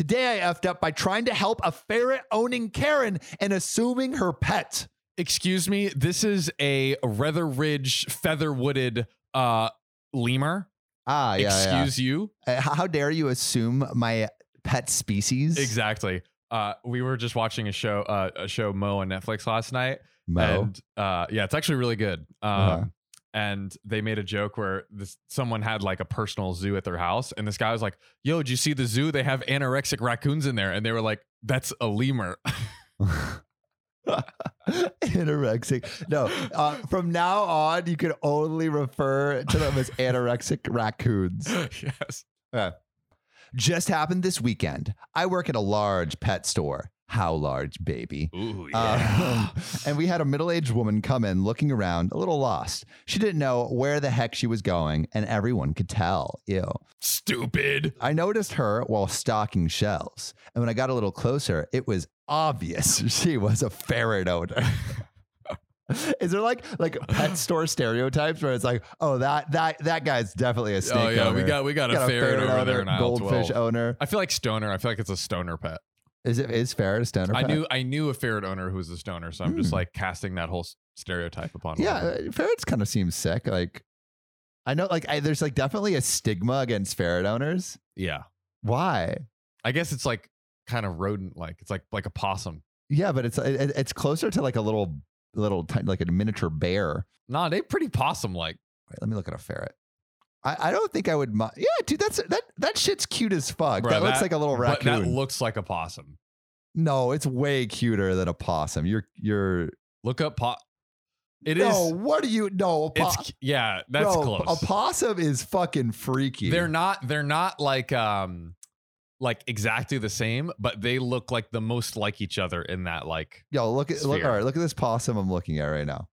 Today I effed up by trying to help a ferret owning Karen and assuming her pet. Excuse me, this is a Ridge feather wooded uh, lemur. Ah, yeah. yeah. Excuse you. Uh, How how dare you assume my pet species? Exactly. Uh, we were just watching a show, uh, a show Mo on Netflix last night, Mo. and uh, yeah, it's actually really good. Um, Uh-huh. And they made a joke where this someone had like a personal zoo at their house, and this guy was like, "Yo, did you see the zoo? They have anorexic raccoons in there," and they were like, "That's a lemur." anorexic. No, uh, from now on, you can only refer to them as anorexic raccoons. yes. Just happened this weekend. I work at a large pet store. How large, baby? Ooh, Uh, and we had a middle aged woman come in looking around, a little lost. She didn't know where the heck she was going, and everyone could tell. Ew. Stupid. I noticed her while stocking shelves. And when I got a little closer, it was obvious she was a ferret owner. Is there like like pet store stereotypes where it's like, oh that that that guy's definitely a snake oh yeah, owner. we got we got, a ferret, over there in aisle goldfish 12. owner. I feel like stoner. I feel like it's a stoner pet. Is it is ferret a stoner? I pet? knew I knew a ferret owner who was a stoner, so I'm just Hmm. like casting that whole s- stereotype upon. Yeah, women. uh, ferrets kind of seem sick. Like, I know, like, I, there's like definitely a stigma against ferret owners. yeah. Why? I guess it's like kind of rodent like. It's like like a possum. Yeah, but it's it, it's closer to like a little little ti- like a miniature bear. Nah, they pretty possum like. Wait, let me look at a ferret. I, I don't think I would. mi- Yeah, dude, that's that that shit's cute as fuck. Bruh, that looks that- like a little But raccoon. that looks like a possum. no, it's way cuter than a possum. You're you're. Look up po It is. no, what are you? No, a po- It's yeah, that's no, close. A possum is fucking freaky. They're not they're not like um like exactly the same, but they look like the most like each other in that like Yo, look at look. Sphere. All right, look at this possum I'm looking at right now.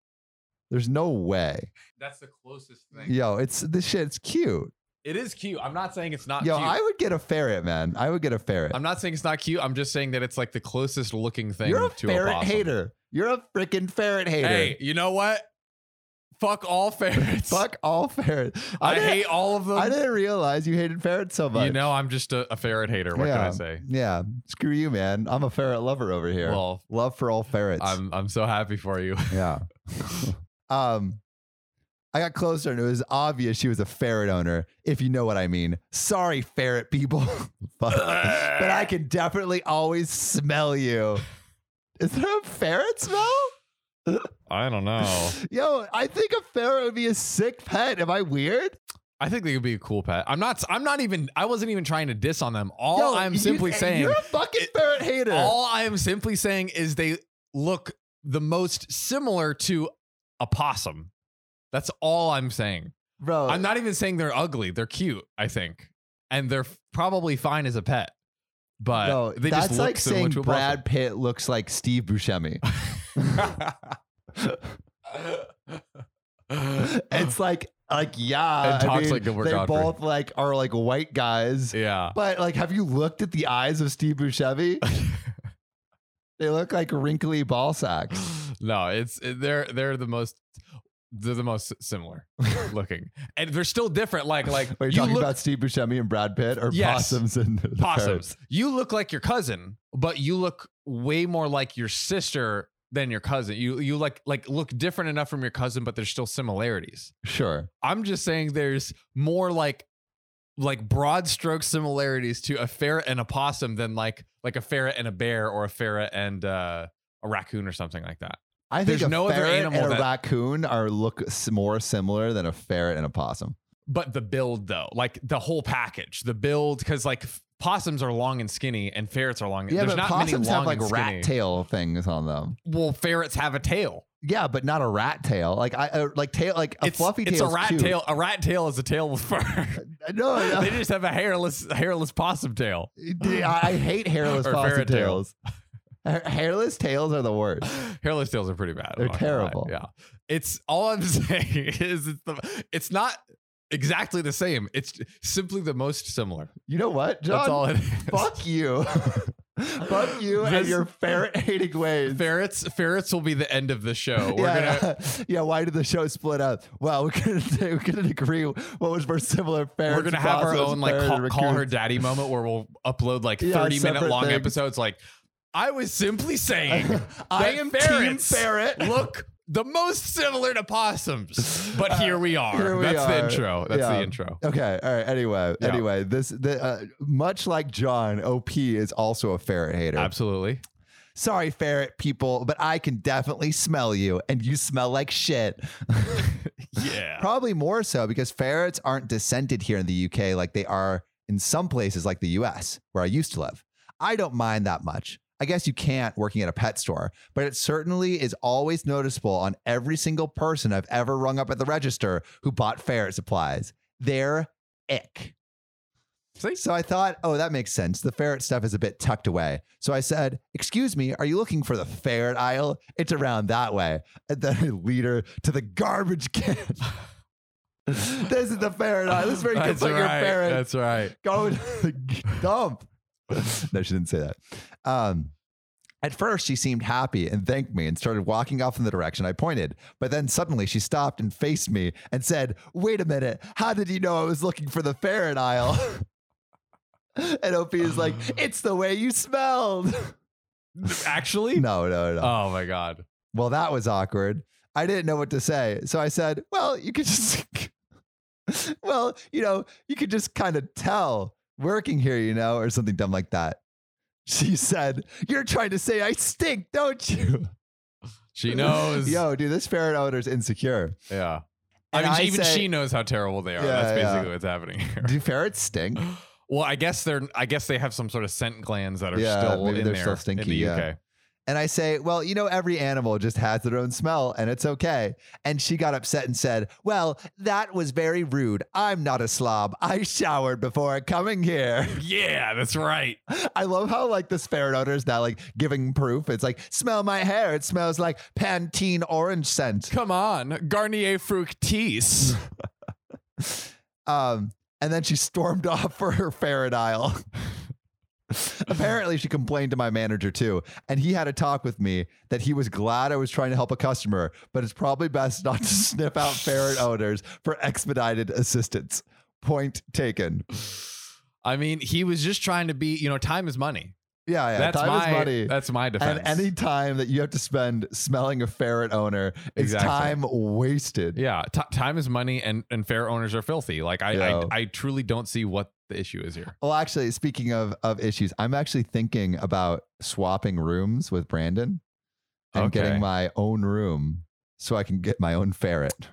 There's no way. that's the closest Yo, it's this shit's cute. It is cute. I'm not saying it's not Yo, cute. I would get a ferret, man. I would get a ferret. I'm not saying it's not cute. I'm just saying that it's like the closest looking thing You're a to ferret a possum. hater. You're a freaking ferret hater. Hey, you know what? Fuck all ferrets. Fuck all ferrets. I, didn't- hate all of them. I didn't realize you hated ferrets so much. you know, I'm just a, a ferret hater. What can I say? Yeah, screw you, man. I'm a ferret lover over here. Well, Love for all ferrets. I'm I'm so happy for you. yeah. um, I got closer and it was obvious she was a ferret owner, if you know what I mean. Sorry, ferret people. Fuck. but I can definitely always smell you. Is there a ferret smell? I don't know. Yo, I think a ferret would be a sick pet. Am I weird? I think they could be a cool pet. I'm not. I'm not even. I wasn't even trying to diss on them. All Yo, I'm you- simply saying. you're a fucking ferret hater. All I am simply saying is they look the most similar to a possum. That's all I'm saying. bro. I'm not even saying they're ugly. They're cute, I think. And they're f- probably fine as a pet. But no, they that's just look like similar saying to a Brad Pitt looks like Steve Buscemi. possum. it's like, like yeah, And talks I mean, like Gilbert they Godfrey. both like are like white guys. yeah. But like, have you looked at the eyes of Steve Buscemi? they look like wrinkly ball sacks. No, it's they're they're the most they're the most similar looking. And they're still different like like Are you, you talking look about Steve Buscemi and Brad Pitt or Yes. possums and the ferrets? possums. You look like your cousin, but you look way more like your sister than your cousin. You you like like look different enough from your cousin, but there's still similarities. Sure. I'm just saying there's more like like broad stroke similarities to a ferret and a possum than like like a ferret and a bear or a ferret and uh, a raccoon or something like that. I think There's a no other ferret animal and a that- raccoon are look s- more similar than a ferret and a possum. But the build though, like the whole package, the build because like f- possums are long and skinny and ferrets are long. Yeah, but there's not many possums have long like and skinny. rat tail things on them. Well, ferrets have a tail. Yeah, but not a rat tail. Like I uh, like tail like a it's fluffy tail. it's a is rat cute. Oh, tail. A rat tail is a tail with fur. No, no. they just have a hairless hairless possum tail. Dude, I I hate hairless Or possum ferret tail. tails. Ha- Hairless tails are the worst. Hairless tails are pretty bad. I'm They're not gonna lie. terrible. Yeah. It's all I'm saying is it's the it's not exactly the same. It's simply the most similar. You know what, That's John? all it is. Fuck you. Fuck you and This- your ferret hating ways. Ferrets, ferrets will be the end of the show. We're yeah, gonna yeah. Yeah, why did the show split up? Well, we couldn't we couldn't agree what was more similar. Ferrets, we're gonna have our opossums, own like ferrets, call, and call her raccoons. daddy moment where we'll upload like Yeah, thirty minute separate long things. episodes. Like I was simply saying, I that am ferrets Team Ferret. Look, the most similar to possums, but here we are. Uh, here we That's the are. intro. That's Yeah. the intro. Okay. All right. Anyway. Yeah. Anyway, this the, uh, much like John, OP is also a ferret hater. Absolutely. Sorry, ferret people, but I can definitely smell you, and you smell like shit. Yeah. Probably more so because ferrets aren't descented here in the UK like they are in some places like the US, where I used to live. I don't mind that much. I guess you can't working at a pet store, but it certainly is always noticeable on every single person I've ever rung up at the register who bought ferret supplies. They're ick. See? So I thought, oh, that makes sense. The ferret stuff is a bit tucked away. So I said, Excuse me, are you looking for the ferret aisle? It's around that way. And then I lead her to the garbage can. this is the ferret aisle. This is where you can That's put your right. ferret. That's right. Go to the g- dump. no, she didn't say that. Um, at first, she seemed happy and thanked me and started walking off in the direction I pointed. But then suddenly she stopped and faced me and said, Wait a minute, how did you know I was looking for the ferret aisle? and OP is like, It's the way you smelled. Actually? no, no, no. Oh my god. Well, that was awkward. I didn't know what to say. So I said, well, you could just, well, you know, you could just kind of tell working here, you know, or something dumb like that. She said, you're trying to say I stink, don't you? She knows. Yo, dude, this ferret owner's insecure. Yeah. I And mean, I even say- she knows how terrible they are. Yeah, That's yeah. basically what's happening here. Do ferrets stink? Well, I guess they're. I guess they have some sort of scent glands that are Yeah, still maybe in they're there still in stinky, the yeah. UK. And I say, well, you know, every animal just has their own smell and it's okay. And she got upset and said, well, that was very rude. I'm not a slob. I showered before coming here. Yeah, that's right. I love how like this ferret odor is now like giving proof. It's like smell my hair. It smells like Pantene orange scent. Come on, Garnier Fructis. Um, and then she stormed off for her ferret aisle. Apparently, she complained to my manager too, and he had a talk with me that he was glad I was trying to help a customer, but it's probably best not to sniff out ferret odors for expedited assistance. Point taken. I mean, he was just trying to be. You know, time is money. Yeah, yeah. that's time my. is money. That's my defense. And any time that you have to spend smelling a ferret owner is Exactly. time wasted. yeah, t- time is money, and and fair owners are filthy. Like I, Yeah. I, I truly don't see what the issue is here. Well, actually, speaking of of issues, I'm actually thinking about swapping rooms with Brandon and Okay. getting my own room so I can get my own ferret.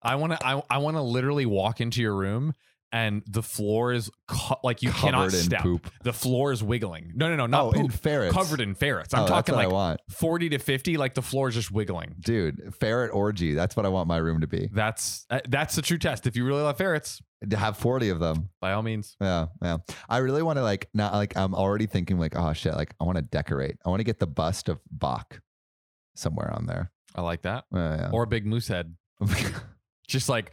I want to. I, I want to literally walk into your room. And the floor is co- like you cannot Covered in step. poop. The floor is wiggling. No, no, no, not oh, poop. in ferrets. covered in ferrets. I'm Oh, that's talking what like I want. 40 to 50 like the floor is just wiggling Dude, ferret orgy. That's what I want my room to be. that's uh, that's the true test if you really love ferrets To have 40 of them. by all means Yeah, yeah. I really want to like not like I'm already thinking like, oh shit, like I want to decorate. I want to get the bust of Bach somewhere on there. i like that Yeah, or a big moose head yeah. just like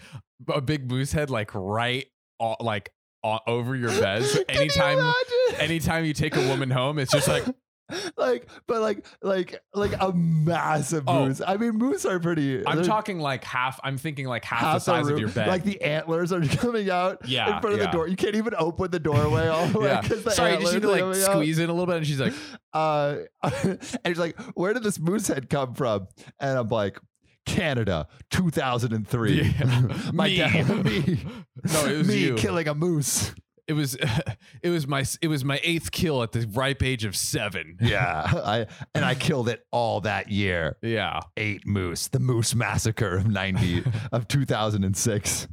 a big moose head like right o- like o- over your bed so Can you anytime imagine? anytime you take a woman home it's just like like but like like like a massive Oh. moose. I mean moose are pretty i'm they're talking like half i'm thinking like half, the their size of room. your bed Like the antlers are coming out Yeah, in front of yeah. the door. You can't even open the doorway all the way yeah because the sorry you just need to antlers are like coming out. squeeze in a little bit and she's like Uh, and she's like, "Where did this moose head come from?" And I'm like, "Canada, 2003." Yeah. My Me. dad, me, No, it was me you. killing a moose. it was it was my it was my eighth kill at the ripe age of seven Yeah, I and I killed it all that year. yeah Eight moose, the moose massacre of 90 of 2006.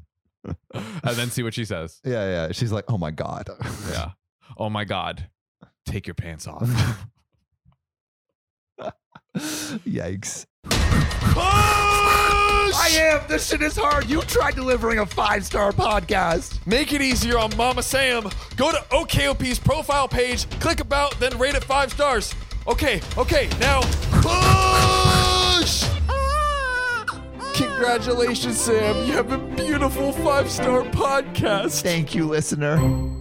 and then see what she says. Yeah, yeah. She's like, "Oh my god." Yeah. Oh my God. Take your pants off. Yikes. I am. This shit is hard. You tried delivering a five star podcast. Make it easier on Mama Sam. Go to OKOP's profile page, click about, then rate it five stars. Okay, okay, now push! Congratulations, Sam. You have a beautiful five star podcast. Thank you, listener.